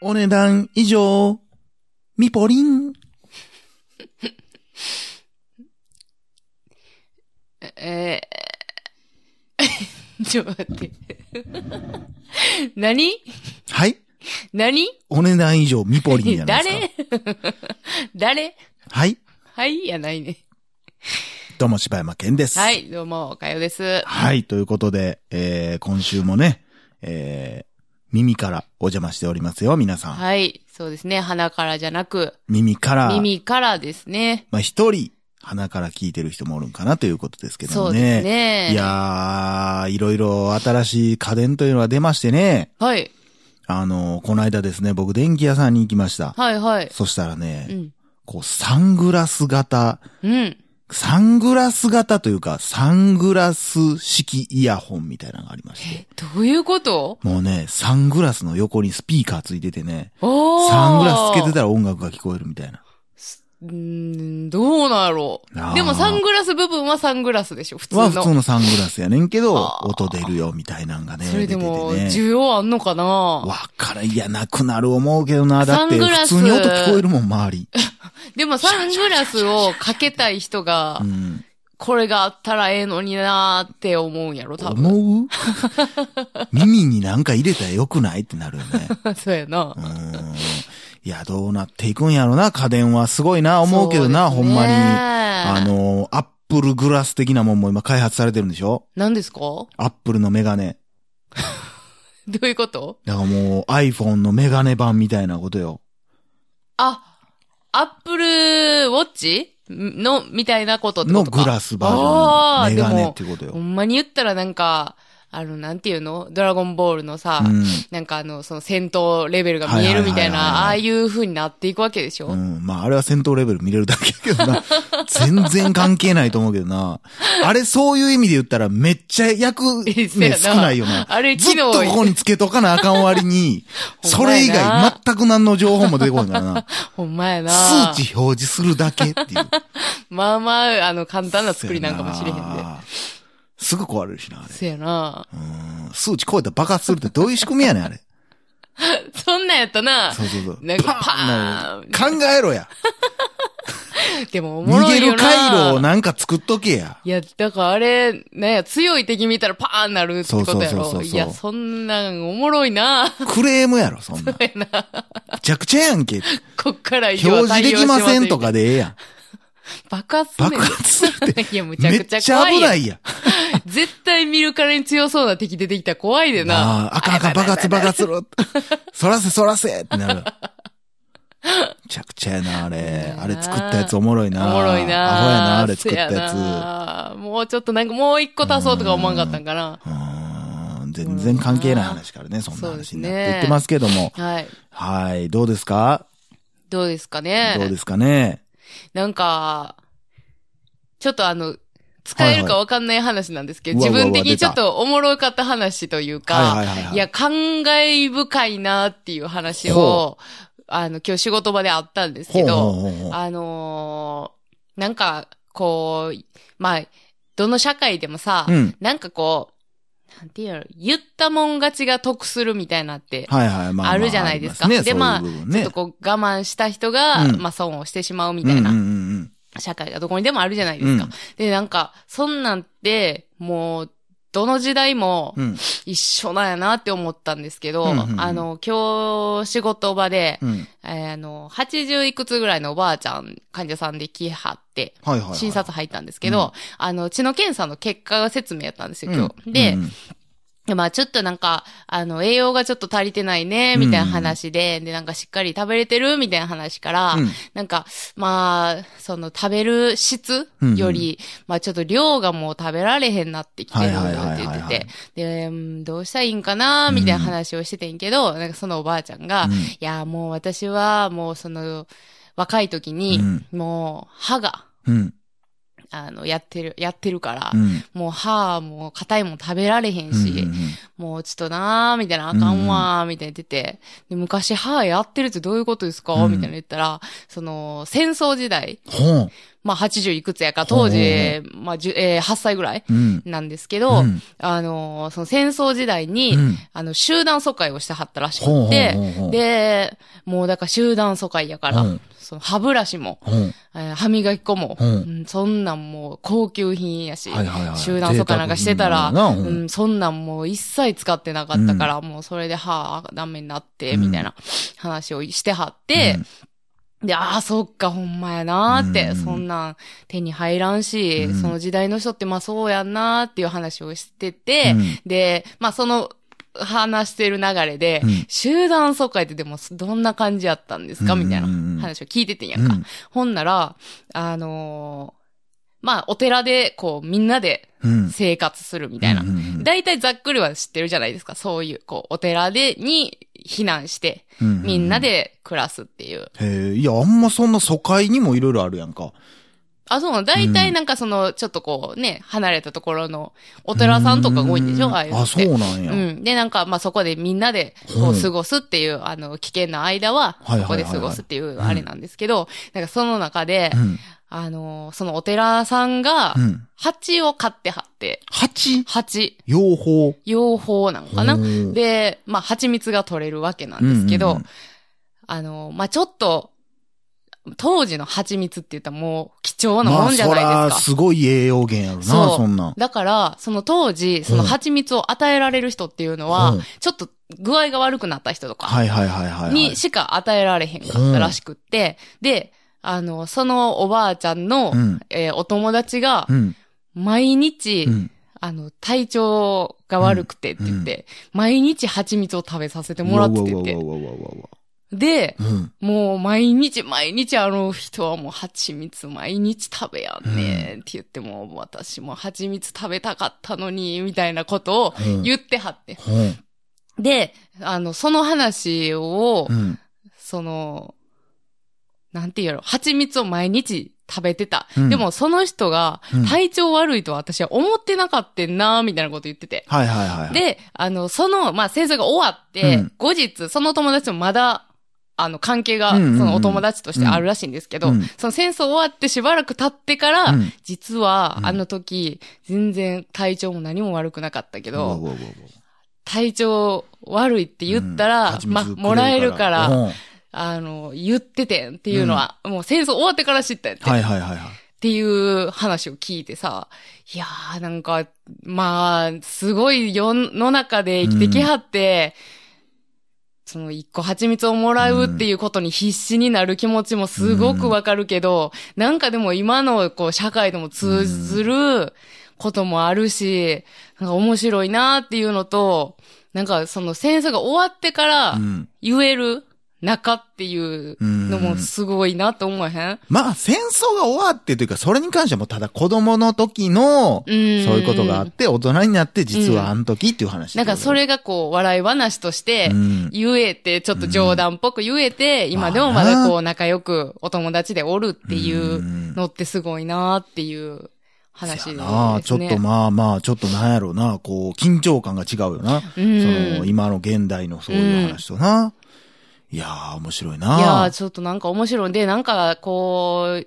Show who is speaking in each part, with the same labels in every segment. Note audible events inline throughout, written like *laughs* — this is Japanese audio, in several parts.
Speaker 1: お値段以上、ミポリン。
Speaker 2: えー、 *laughs* ちょっと待って。何
Speaker 1: はい。
Speaker 2: 何
Speaker 1: お値段以上、ミポリンじゃないですか。
Speaker 2: *laughs* 誰誰
Speaker 1: はい。
Speaker 2: はいやないね。
Speaker 1: どうも、柴山健です。
Speaker 2: は。い、どうも、おかよです。
Speaker 1: はい。ということで、えー、今週もね、えー、耳からお邪魔しておりますよ、皆さん。
Speaker 2: はい、そうですね。鼻からじゃなく、
Speaker 1: 耳から。
Speaker 2: 耳からですね。
Speaker 1: まあ、一人、鼻から聞いてる人もおるんかなということですけど
Speaker 2: そ
Speaker 1: も
Speaker 2: う
Speaker 1: ね。
Speaker 2: ですね。
Speaker 1: いやー、いろいろ新しい家電というのが出ましてね。
Speaker 2: はい、
Speaker 1: あの、この間ですね、僕電気屋さんに行きました。
Speaker 2: はい、はい。
Speaker 1: そしたらね、
Speaker 2: うん。
Speaker 1: こう、サングラス型、
Speaker 2: うん。
Speaker 1: サングラス型というか、サングラス式イヤホンみたいなのがありまして。
Speaker 2: どういうこと
Speaker 1: もうね、サングラスの横にスピーカーついててね、
Speaker 2: おー
Speaker 1: サングラスつけてたら音楽が聞こえるみたいな。
Speaker 2: うーん、どうなんやろ
Speaker 1: あー
Speaker 2: う。でもサングラス部分はサングラスでしょ、普通の。
Speaker 1: は普通のサングラスやねんけど、
Speaker 2: あー
Speaker 1: 音出るよみたいなんがね、
Speaker 2: それでも、
Speaker 1: 出ててね。
Speaker 2: 需要あんのかな
Speaker 1: わからん、いや、なくなる思うけどな。だって、
Speaker 2: サングラ
Speaker 1: 普
Speaker 2: ス
Speaker 1: 通に音聞こえるもん、周り。
Speaker 2: でもサングラスをかけたい人が
Speaker 1: う、ん。
Speaker 2: これがあったらええのになーって思うんやろ、多分。 *laughs*
Speaker 1: 思う耳になんか入れたらよくないってなるよね。
Speaker 2: *laughs* そうやな
Speaker 1: う。ん。いや、どうなっていくんやろな、家電は。すごいな、思うけどな、
Speaker 2: そう
Speaker 1: ほ
Speaker 2: で
Speaker 1: ん
Speaker 2: すね
Speaker 1: まに。あ、の、アップルグラス的なもんも今開発されてるんでしょ
Speaker 2: 何ですかど
Speaker 1: アップルのメガネ。
Speaker 2: ういうこと
Speaker 1: だからもう iPhone のメガネ版みたいなことよ。
Speaker 2: あ、アップルウォッチの、みたいなことってこ
Speaker 1: の
Speaker 2: とか
Speaker 1: グラスバージ
Speaker 2: あー
Speaker 1: ョンのメガ
Speaker 2: で
Speaker 1: ネ
Speaker 2: も
Speaker 1: ってこと
Speaker 2: ほ
Speaker 1: よ。
Speaker 2: んまに言ったらなんか、あの、なんていうのドラゴンボールのさ、
Speaker 1: うん。
Speaker 2: なんかあの、その戦闘レベルが見えるみたいな、あ
Speaker 1: は
Speaker 2: あ
Speaker 1: いはいはいはい
Speaker 2: いう風になっていくわけでしょ、
Speaker 1: うん。まあ、あれは戦闘レベル見れるだけやけど
Speaker 2: *laughs*
Speaker 1: な。全然関係ないと思うけどな。あれ、そういう意味で言ったら、めっちゃ
Speaker 2: *laughs*
Speaker 1: 役
Speaker 2: そうや
Speaker 1: 目
Speaker 2: な
Speaker 1: 少ないよな。
Speaker 2: あれ
Speaker 1: ずっ
Speaker 2: 機能
Speaker 1: とここにつけとかなあかん割に、
Speaker 2: *laughs* ほ
Speaker 1: そ
Speaker 2: んまやな
Speaker 1: れ以外全く何の情報も出てこないから
Speaker 2: *laughs*
Speaker 1: な。
Speaker 2: ほんまやな。
Speaker 1: 数値表示するだけ
Speaker 2: *laughs*
Speaker 1: っていう。
Speaker 2: まあまあ、あの、簡単な作りなんかもしれへんで。
Speaker 1: すぐ壊れるしな、あれ。
Speaker 2: そうやな。
Speaker 1: うん。数値超えたら爆発するってどういう仕組みやねん、あれ。
Speaker 2: そんなんやった *laughs* な。
Speaker 1: そうそうそう。
Speaker 2: なんかパーン
Speaker 1: パーン考えろや。
Speaker 2: でもおも
Speaker 1: 逃
Speaker 2: ろ
Speaker 1: げ
Speaker 2: いよ
Speaker 1: る
Speaker 2: な。
Speaker 1: 回路をなんか作っとけや。
Speaker 2: いや、だからあれ、なんや、強い敵見たらパーンなるってことやろ。
Speaker 1: そうそうそうそうそう
Speaker 2: いや、そんなんおもろいな。 *laughs*
Speaker 1: クレームやろ、そんなん。めちゃくちゃやん *laughs* け。
Speaker 2: こっから以上は
Speaker 1: 表示
Speaker 2: 対
Speaker 1: で
Speaker 2: 応し
Speaker 1: きませんと
Speaker 2: みたい
Speaker 1: かでええやん。
Speaker 2: な。爆発すんね
Speaker 1: 爆
Speaker 2: ん
Speaker 1: 発するって。
Speaker 2: *laughs* いや、むち
Speaker 1: *laughs*
Speaker 2: ゃ
Speaker 1: め
Speaker 2: く
Speaker 1: っ
Speaker 2: ちゃ
Speaker 1: ちゃ
Speaker 2: 怖
Speaker 1: 危
Speaker 2: いやん。
Speaker 1: ないや
Speaker 2: 絶対見るからに強そうな敵出てきたら怖いで
Speaker 1: ん。
Speaker 2: な。
Speaker 1: なあ、あかんあかん、爆発爆発する。そらせそらせってなる。めちゃくちゃやな、あれ。あれ作ったやつおもろい
Speaker 2: お
Speaker 1: な。
Speaker 2: もろいな
Speaker 1: アホやな、あれ作ったやつ
Speaker 2: せ。なもうちょっとなんかもう一個足そうとか思わんかったんかな。
Speaker 1: うーん全然関係ない話からね、そんな話になっていってますけども。
Speaker 2: はい。
Speaker 1: はい、どうですか
Speaker 2: どうですかね。
Speaker 1: どうですかね
Speaker 2: なんか、ちょっとあの、使えるかわかんない話なんですけど、
Speaker 1: はいはい
Speaker 2: 自分
Speaker 1: う
Speaker 2: 的
Speaker 1: わうわうわ
Speaker 2: にちょっとおもろかった話というか、
Speaker 1: はいはいはいはい
Speaker 2: や、感慨深いなっていう話を、あの、今日仕事場であったんですけど、
Speaker 1: うほうほう
Speaker 2: あのーなんか、こう、まあ、どの社会でもさ、
Speaker 1: うん。
Speaker 2: なんかこう、なんていうの、言ったもん勝ちが得するみたいなって、
Speaker 1: はいはい、まあまあ。
Speaker 2: あるじゃないですか
Speaker 1: ありますね、
Speaker 2: でまあ
Speaker 1: そういう部分
Speaker 2: ち
Speaker 1: ね
Speaker 2: ょっとこう我慢した人が、
Speaker 1: うん
Speaker 2: まあ損をしてしまうみたいな
Speaker 1: うんうんうんうん
Speaker 2: 社会がどこにでもあるじゃないですか。
Speaker 1: うん
Speaker 2: で、なんか、そんなんって、もう、どの時代も
Speaker 1: うん。
Speaker 2: 一緒なんやなって思ったんですけど、
Speaker 1: うんうんうん
Speaker 2: あの、今日仕事場で、
Speaker 1: うん。
Speaker 2: えーあの、80いくつぐらいのおばあちゃん、患者さんで来はって、
Speaker 1: はいはいはい。
Speaker 2: 診察入ったんですけど、
Speaker 1: うん
Speaker 2: あの、血の検査の結果説明やったんですよ、今日。
Speaker 1: うん
Speaker 2: で、
Speaker 1: うん
Speaker 2: でまあちょっとなんか、あの、栄養がちょっと足りてないね、みたいな話で、で、なんかしっかり食べれてるみたいな話から、
Speaker 1: うん
Speaker 2: なんか、まあ、その食べる質
Speaker 1: うんうん
Speaker 2: より、まあちょっと量がもう食べられへんなってきてるって
Speaker 1: はいはいはいはい
Speaker 2: 言
Speaker 1: は
Speaker 2: っ
Speaker 1: い
Speaker 2: てて、で、うんどうしたらいいんかな、みたいな話をしててんけど、なんかそのおばあちゃんが、
Speaker 1: うん
Speaker 2: いや、もう私は、もうその、若い時に、
Speaker 1: う
Speaker 2: もう歯が、
Speaker 1: うん。
Speaker 2: あの、やってる、やってるから、
Speaker 1: うん。
Speaker 2: もう歯も硬いもん食べられへんし、
Speaker 1: うんうんうん
Speaker 2: もうちょっとなーみたいな、あかんわーみたいな言ってて、で昔歯やってるってどういうことですか、
Speaker 1: うん
Speaker 2: みたいな言ったら、その、戦争時代、
Speaker 1: ほう。
Speaker 2: まあ80いくつやか、当時
Speaker 1: ほうほ、
Speaker 2: まあ、じゅえー8歳ぐらい
Speaker 1: うん。
Speaker 2: なんですけど、
Speaker 1: うん
Speaker 2: あのーその戦争時代に、
Speaker 1: うん
Speaker 2: あの、集団疎開をしてはったらしく
Speaker 1: ほうほう
Speaker 2: て、
Speaker 1: ほうほう
Speaker 2: で、もうだから集団疎開やから、
Speaker 1: うん
Speaker 2: その歯ブラシも、
Speaker 1: うん。
Speaker 2: えー歯磨き粉も、
Speaker 1: うん
Speaker 2: うんそんなんもう高級品やし、
Speaker 1: はいはいはい
Speaker 2: 集団疎開なんかしてたら、
Speaker 1: 贅沢品だなうん
Speaker 2: うんそんなんもう一切使ってなかったから、もうそれで歯ダメになって、みたいな話をしてはって、で、ああ、そっか、ほんまやなーって、
Speaker 1: うん
Speaker 2: そんなん手に入らんし、
Speaker 1: うん
Speaker 2: その時代の人ってまあそうやんなーっていう話をして
Speaker 1: う
Speaker 2: て、
Speaker 1: ん
Speaker 2: で、まあその話してる流れで、
Speaker 1: うん
Speaker 2: 集団疎開ってでもどんな感じやったんですか
Speaker 1: うん
Speaker 2: みたいな
Speaker 1: うんうんうん
Speaker 2: 話を聞いててんや
Speaker 1: うん
Speaker 2: か。
Speaker 1: ん
Speaker 2: ほんなら、あのーまあお寺でこうみんなで
Speaker 1: うん。み
Speaker 2: 生活するみたいな。大体ざっくりは知ってるじゃないですか。そういう、こう、お寺で、に避難して、みんな。で暮らすってい
Speaker 1: う
Speaker 2: う。
Speaker 1: うへえ、いや、あんまそんな疎開にもいろいろあるやんか。
Speaker 2: あ、そうなの大体なんかその、ちょっとこうね、離れたところのお寺さんとかが多いんでしょ
Speaker 1: う
Speaker 2: ああいうの
Speaker 1: あ、
Speaker 2: って。
Speaker 1: そうなんや。
Speaker 2: うん。で、なんか、まあ、そこでみんなで、こ
Speaker 1: うん
Speaker 2: う、過ごすっていう、あの、危険な間は、
Speaker 1: はいはいはいはい
Speaker 2: そこで過ごすっていう、あれなんですけど、なんか、その中で
Speaker 1: う、ん。
Speaker 2: あの、そのお寺さんが
Speaker 1: う、ん。
Speaker 2: 蜂を飼ってはって、
Speaker 1: 蜂
Speaker 2: 蜂、
Speaker 1: 養蜂。
Speaker 2: 養蜂なのかな
Speaker 1: ほう
Speaker 2: で、まあ、蜂蜜が取れるわけなんですけ
Speaker 1: うん
Speaker 2: ど、
Speaker 1: うんうん
Speaker 2: あの、まあ、ちょっと、当時の蜂蜜って言ったらもう貴重なもんじゃないですか。
Speaker 1: まあ、そら、すごい栄養源やろな、
Speaker 2: そう
Speaker 1: そんなん。
Speaker 2: だから、その当時、その蜂蜜を与えられる人っていうのは、
Speaker 1: うん
Speaker 2: ちょっと具合が悪くなった人とか
Speaker 1: はいはいはいはいはい。
Speaker 2: にしか与えられへんかったらしくって、で、あの、そのおばあちゃんの、
Speaker 1: うん。
Speaker 2: えーお友達が
Speaker 1: う、ん。
Speaker 2: 毎日、
Speaker 1: うん。
Speaker 2: あの、体調が悪くてって言って、毎日蜂蜜を食べさせてもらっててって
Speaker 1: うわうわうわうわうわ
Speaker 2: で、
Speaker 1: うわうん。
Speaker 2: もう毎日毎日あの人はもう蜂蜜毎日食べやんねって言っても、私も蜂蜜食べたかったのに、みたいなことを
Speaker 1: うん
Speaker 2: 言ってはって。
Speaker 1: うん
Speaker 2: で、あの、その話を、
Speaker 1: うん。
Speaker 2: その、なんて言うやろ、蜂蜜を毎日食べてた。
Speaker 1: うん
Speaker 2: でもその人が
Speaker 1: うん
Speaker 2: 体調悪いとは私は思ってなかったな、みたいなこと言ってて。
Speaker 1: はいはいはいはい。、
Speaker 2: で、あの、その、まあ、戦争が終わっ
Speaker 1: う
Speaker 2: て、
Speaker 1: ん
Speaker 2: 後日、その友達もまだ、あの、関係が、
Speaker 1: う
Speaker 2: そ
Speaker 1: んうんうん
Speaker 2: のお友達としてあるらしいんですけど、
Speaker 1: うん
Speaker 2: その戦争終わってしばらく経ってから、
Speaker 1: うん
Speaker 2: 実は
Speaker 1: う、ん
Speaker 2: あの時、全然体調も何も悪くなかったけ
Speaker 1: うわう
Speaker 2: ど、
Speaker 1: わうわうわ
Speaker 2: 体調悪いって言った
Speaker 1: うん
Speaker 2: ら、
Speaker 1: 蜂
Speaker 2: ま
Speaker 1: 蜜
Speaker 2: あ、
Speaker 1: くれる
Speaker 2: もらえるから、
Speaker 1: うん
Speaker 2: あの、言っててんっていうのは、もう戦争終わってから知ったんやって。
Speaker 1: はいはいはいはい。
Speaker 2: っていう話を聞いてさ、いやーなんか、まあ、すごい世の中で生きてきはって、その一個蜂蜜をもらうっていうことに必死になる気持ちもすごくわかるけど、なんかでも今のこう社会でも通ずることもあるし、なんか面白いなーっていうのと、なんかその戦争が終わってから
Speaker 1: うん。
Speaker 2: 言える中っていうのもすごいなと思わへん
Speaker 1: まあ、戦争が終わってというか、それに関してはもうただ子供の時の、
Speaker 2: う
Speaker 1: そうんいうことがあって、大人になって、実はあの時っていう話。
Speaker 2: なんかそ、れがこう、笑い話として
Speaker 1: う、ん。
Speaker 2: 言えて、ちょっと冗談っぽく言えて、今でもまだこう、仲良くお友達でおるってい
Speaker 1: う
Speaker 2: う
Speaker 1: ん
Speaker 2: のってすごいなっていう話です
Speaker 1: せ
Speaker 2: ね。
Speaker 1: やなちょっとまあまあ、ちょっとなんやろうな、こう、緊張感が違うよな。
Speaker 2: う
Speaker 1: そ
Speaker 2: ん
Speaker 1: の、今の現代のそういう話とな。いやー、面白いない
Speaker 2: やー、ちょっとなんか面白い。で、なんかこう、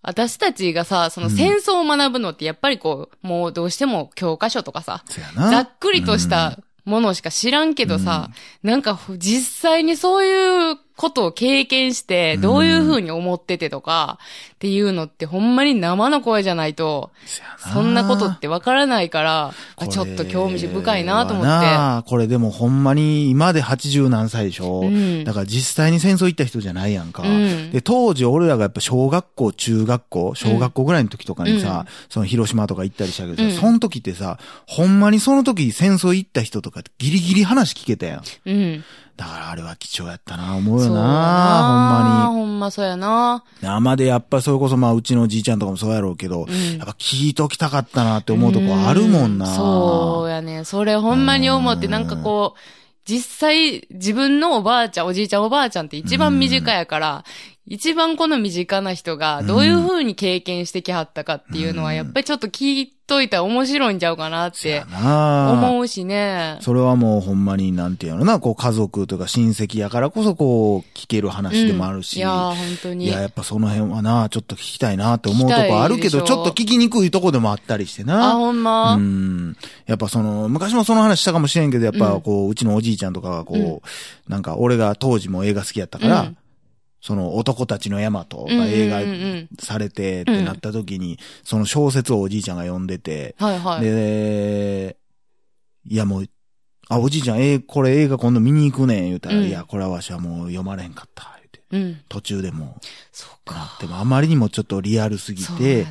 Speaker 2: 私たちがさ、その戦争を学ぶのってやっぱりこう、もうどうしても教科書とかさ、
Speaker 1: せやな
Speaker 2: ざっくりとしたものしか知らんけどさ、なんかふ実際にそういうことを経験して、
Speaker 1: うん
Speaker 2: どういうふうに思っててとか、っていうのってほんまに生の声じゃないと、
Speaker 1: せや
Speaker 2: そんなことってわからないから、あちょっと興味深いなと思
Speaker 1: これは
Speaker 2: っ
Speaker 1: なこれでもほんまに今で80何歳でしょ、
Speaker 2: うん
Speaker 1: だから実際に戦争行った人じゃないやんか。
Speaker 2: うん
Speaker 1: で、当時俺らがやっぱ小学校、中学校、小学校ぐらいの時とかにさ、その広島とか行ったりしたけどさ、
Speaker 2: うん
Speaker 1: その時ってさ、ほんまにその時戦争行った人とかってギリギリ話聞けたやん。
Speaker 2: て。うん。
Speaker 1: だからあれは貴重やったな、思う
Speaker 2: そう
Speaker 1: よ
Speaker 2: や
Speaker 1: な、ほんまに。
Speaker 2: ほんまそうやな。
Speaker 1: 生でやっぱそれこそまあうちのじいちゃんとかもそうやろうけど、
Speaker 2: ん
Speaker 1: やっぱ聞いときたかったなって思うとこあるもんな。
Speaker 2: うそうやね。それほんまに思って、
Speaker 1: うん
Speaker 2: なんかこう、実際自分のおばあちゃん、おじいちゃんおばあちゃんって一番身近やから、一番この身近な人がどういう風に経験してきはったかっていうのは、
Speaker 1: うん
Speaker 2: やっぱりちょっと聞いといたら面白いんちゃうかなっ
Speaker 1: せや
Speaker 2: て
Speaker 1: な
Speaker 2: 思うしね。
Speaker 1: それはもうほんまになんていうのな、こう家族とか親戚やからこそこう聞ける話でもあるし。
Speaker 2: うんいやー、本当に。
Speaker 1: いや、やっぱその辺はな、ちょっと聞きたいなって思うと
Speaker 2: 聞きた
Speaker 1: こ
Speaker 2: い
Speaker 1: あるけど、
Speaker 2: で
Speaker 1: ち
Speaker 2: しょ
Speaker 1: ょっと聞きにくいとこでもあったりして
Speaker 2: あ、
Speaker 1: な。
Speaker 2: ほんま、
Speaker 1: うん。やっぱその、昔もその話したかもしれんけど、やっ
Speaker 2: う
Speaker 1: ぱ
Speaker 2: ん
Speaker 1: こう、うちのおじいちゃんとかがこう、
Speaker 2: うん
Speaker 1: なんか俺が当時も映画好きやったから、
Speaker 2: うん
Speaker 1: その男たちの山と
Speaker 2: うんうん
Speaker 1: か
Speaker 2: うん
Speaker 1: 映画されてってなった時に、その小説をおじいちゃんが読んでて、
Speaker 2: はいはい。
Speaker 1: で、いやもう、あ、おじいちゃん、えーこれ映画今度見に行くねん、言うたら、
Speaker 2: うん
Speaker 1: いや、これはわしはもう読まれへんかった、言うて。
Speaker 2: うん。
Speaker 1: 途中でも
Speaker 2: そう
Speaker 1: う、な
Speaker 2: か
Speaker 1: っ。ても、あまりにもちょっとリアルすぎて、ち
Speaker 2: そ
Speaker 1: ょ
Speaker 2: う
Speaker 1: っ
Speaker 2: や
Speaker 1: と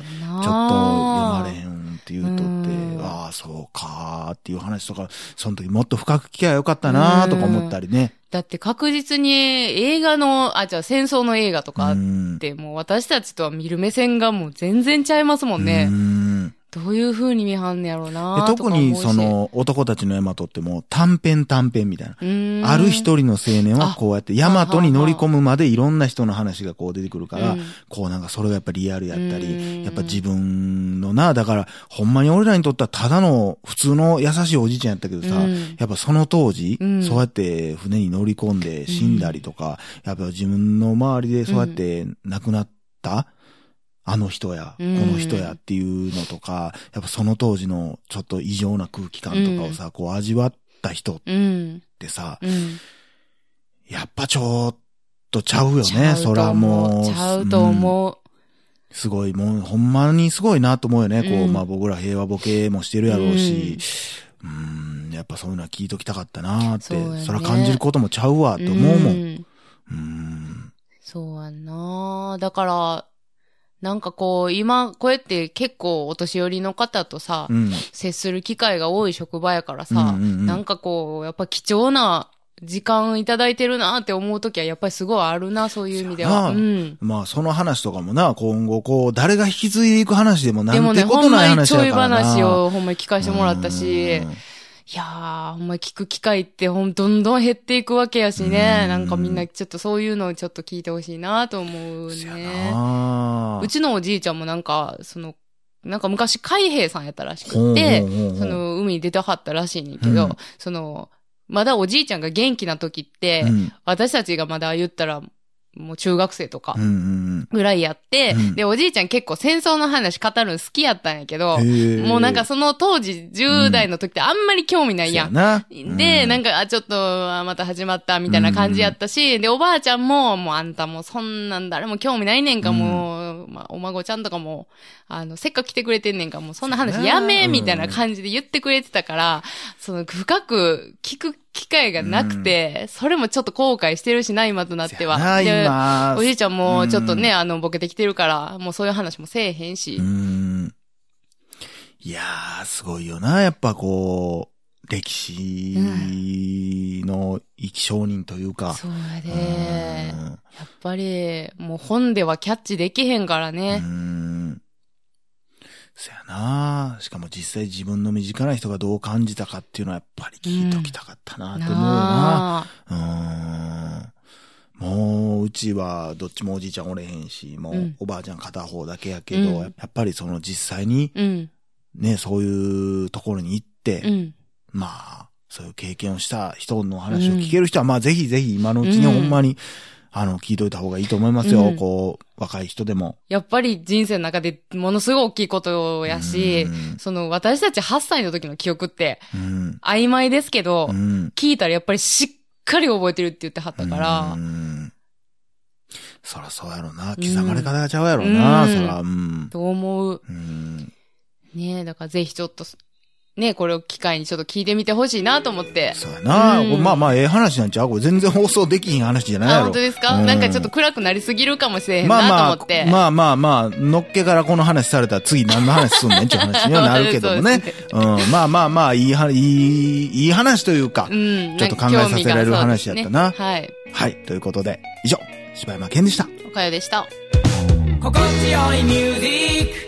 Speaker 1: 読
Speaker 2: な
Speaker 1: まれへんって言うと
Speaker 2: う
Speaker 1: って
Speaker 2: ん、
Speaker 1: ああ、そうかーっていう話とか、その時もっと深く聞きゃよかったなーとか思ったりね。
Speaker 2: だって確実に映画の、あ、じゃあ戦争の映画とかあっ
Speaker 1: ん。
Speaker 2: て、もう私たちとは見る目線がもう全然ちゃいますもんね。
Speaker 1: うん
Speaker 2: どういう風に見はんねやろう
Speaker 1: で
Speaker 2: なとか
Speaker 1: 特
Speaker 2: 思うし
Speaker 1: にそ、の男たちのヤマトってもう短編短編みたいな。
Speaker 2: うーん
Speaker 1: ある一人の青年はこうやってヤマトに乗り込むまでいろんな人の話がこう出てくるから、
Speaker 2: うん
Speaker 1: こうなんかそれがやっぱリアルやった
Speaker 2: う
Speaker 1: り、
Speaker 2: ん
Speaker 1: やっぱ自分のな、だからほんまに俺らにとってはただの普通の優しいおじいちゃんやったけどさ、
Speaker 2: うん
Speaker 1: やっぱその当時、
Speaker 2: うん
Speaker 1: そうやって船に乗り込んで死んだりとか、やっぱ自分の周りでそうやって亡くなった、あの人や、
Speaker 2: うん
Speaker 1: この人やっていうのとか、やっぱその当時のちょっと異常な空気感とかをさ、こう味わった人っ
Speaker 2: うん。
Speaker 1: てさ、
Speaker 2: うん。
Speaker 1: やっぱちょっとちゃうよ
Speaker 2: ちゃ
Speaker 1: ね、
Speaker 2: うと
Speaker 1: そらもう。
Speaker 2: 思ちゃうと思う。
Speaker 1: うんすごい、もうほんまにすごいなと思うよね。こ
Speaker 2: う
Speaker 1: う、
Speaker 2: ん
Speaker 1: まあ僕ら平和ボケもしてるやろうし、うん、やっぱそういうのは聞いときたかったなーって、
Speaker 2: そうやね
Speaker 1: そら感じることもちゃうわと思うもん。うん。
Speaker 2: んそうやんなだから、なんかこう、今、こうやって結構お年寄りの方とさ、
Speaker 1: うん。
Speaker 2: 接する機会が多い職場やから
Speaker 1: うん
Speaker 2: さ、
Speaker 1: うんうん
Speaker 2: なんかこう、やっぱ貴重な時間いただいてるなって思うときは、やっぱりすごいあるな、そういう意味では。。
Speaker 1: そうやなんまあその話とかもな、今後こう、誰が引き継いでいく話でもな
Speaker 2: でも
Speaker 1: ん
Speaker 2: ね、
Speaker 1: てこ
Speaker 2: ほ
Speaker 1: と
Speaker 2: ん
Speaker 1: な
Speaker 2: ま
Speaker 1: い
Speaker 2: に
Speaker 1: 話
Speaker 2: ち
Speaker 1: や
Speaker 2: ょ
Speaker 1: か
Speaker 2: い
Speaker 1: らな。
Speaker 2: 話をほんまに聞かせてもらったし、
Speaker 1: うん
Speaker 2: いやー、ほんま聞く機会ってほんどんどん減っていくわけやし
Speaker 1: う
Speaker 2: ね。
Speaker 1: ん
Speaker 2: なんかみんなちょっとそういうのをちょっと聞いてほしいなと思う
Speaker 1: そや
Speaker 2: ね。
Speaker 1: な
Speaker 2: うちのおじいちゃんもなんか、その、なんか昔海兵さんやったらし
Speaker 1: ほうほうほう
Speaker 2: くって、
Speaker 1: ほう
Speaker 2: その海に出たはったらしいねんけど、
Speaker 1: うん
Speaker 2: その、まだおじいちゃんが元気な時って、
Speaker 1: うん
Speaker 2: 私たちがまだ言ったら、もう中学生とか
Speaker 1: うんうん
Speaker 2: ぐらいやって、
Speaker 1: うん
Speaker 2: で、おじいちゃん結構戦争の話語るの好きやったんやけど
Speaker 1: う、ん。
Speaker 2: もうなんか
Speaker 1: そ
Speaker 2: その当時10代の時ってあんまり興味な
Speaker 1: う
Speaker 2: いやん。
Speaker 1: な
Speaker 2: で、なん
Speaker 1: か、
Speaker 2: か、あ、ちょっと、あまた始まった、みたいな感じやったし、で、おばあちゃんも、もうあんたもうそんなん誰も興味ないねんか、
Speaker 1: うん
Speaker 2: もう、まあ、お孫ちゃんとかも、あの、せっかく来てくれてんねんか、もうそんな話や
Speaker 1: そうや
Speaker 2: め、
Speaker 1: な
Speaker 2: みたいな感じで言ってくれてたから、その、深く聞く機会がなくて、それもちょっと後悔してるしな、今となって
Speaker 1: せやな
Speaker 2: は。で、
Speaker 1: 今。
Speaker 2: おじいちゃんもちょっとね、あの、ボケてきてるから、もうそういう話もせえへんし
Speaker 1: う。ん。いやー、すごいよな。やっぱこう、歴史の生き証人というか。
Speaker 2: そうやで。
Speaker 1: うん
Speaker 2: やっぱり、もう本ではキャッチできへんから
Speaker 1: うー
Speaker 2: ね。
Speaker 1: ん。そやなしかも実際自分の身近な人がどう感じたかっていうのはやっぱり聞いときたかったなって思うな。
Speaker 2: なあ
Speaker 1: うーん。もう、うちはどっちもおじいちゃんおれへんし、も
Speaker 2: う
Speaker 1: うんおばあちゃん片方だけやけど、
Speaker 2: うん
Speaker 1: やっぱりその実際に
Speaker 2: うん。
Speaker 1: ね、そういうところに行って、
Speaker 2: うん。
Speaker 1: まあ、そういう経験をした人の話を聞ける人は、まあぜひぜひ今のうちね、
Speaker 2: う
Speaker 1: ほ
Speaker 2: ん
Speaker 1: んまに、あの、聞いといた方がいいと思いますよ。
Speaker 2: うん
Speaker 1: こう、若い人でも。
Speaker 2: やっぱり人生の中でものすごい大きいことやし
Speaker 1: う、ん
Speaker 2: その私たち8歳の時の記憶って
Speaker 1: うん。
Speaker 2: 曖昧ですけど、
Speaker 1: うん。
Speaker 2: 聞いたらやっぱりしっかり覚えてるって言ってはったから
Speaker 1: う、ん。そらそうやろな。刻まれ方がちゃうやろな。
Speaker 2: うん
Speaker 1: そら、うん。
Speaker 2: と思う。
Speaker 1: うん。
Speaker 2: ねえ、だからぜひちょっと、ねこれを機会にちょっと聞いてみてほしいなと思って。
Speaker 1: そうやな。
Speaker 2: うん
Speaker 1: これまあまあ、ええ話なんちゃうこれ全然放送できひん話じゃないや
Speaker 2: あ、
Speaker 1: ろ。
Speaker 2: 本当ですか、
Speaker 1: うん
Speaker 2: なんかちょっと暗くなりすぎるかもしれへん
Speaker 1: まあま
Speaker 2: な
Speaker 1: あ
Speaker 2: と思って。、
Speaker 1: まあまあまあ、のっけからこの話されたら次何の話すんねんっていう話にはなるけども
Speaker 2: そう
Speaker 1: ね
Speaker 2: で。す
Speaker 1: うん、まあまあまあ、いいは、いい、いい話というか。
Speaker 2: うん。
Speaker 1: ちょっと考えさせられる話やったな
Speaker 2: なんか興味がそうですね
Speaker 1: はい、ということで、以上、柴山健でした。
Speaker 2: はい。おかよでした。
Speaker 3: 心地よいミュージック